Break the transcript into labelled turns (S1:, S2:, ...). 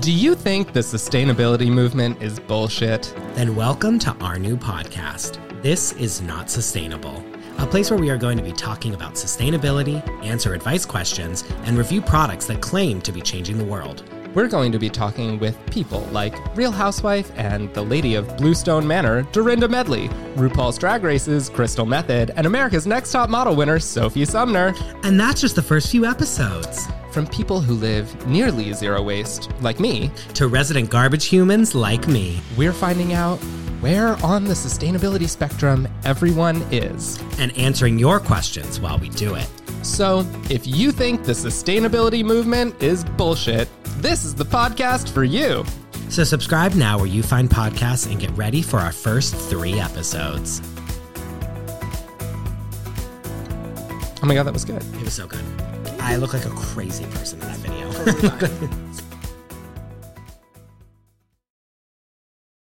S1: Do you think the sustainability movement is bullshit?
S2: Then welcome to our new podcast. This is Not Sustainable, a place where we are going to be talking about sustainability, answer advice questions, and review products that claim to be changing the world.
S1: We're going to be talking with people like Real Housewife and the Lady of Bluestone Manor, Dorinda Medley, RuPaul's Drag Race's Crystal Method, and America's Next Top Model winner, Sophie Sumner.
S2: And that's just the first few episodes.
S1: From people who live nearly zero waste, like me,
S2: To resident garbage humans like me,
S1: we're finding out where on the sustainability spectrum everyone is.
S2: and answering your questions while we do it.
S1: So, if you think the sustainability movement is bullshit, this is the podcast for you. Oh
S2: So, subscribe now where you find podcasts and get ready for our first three episodes.
S1: Oh my god, that was good.
S2: It was so good. I look like a crazy person in that video.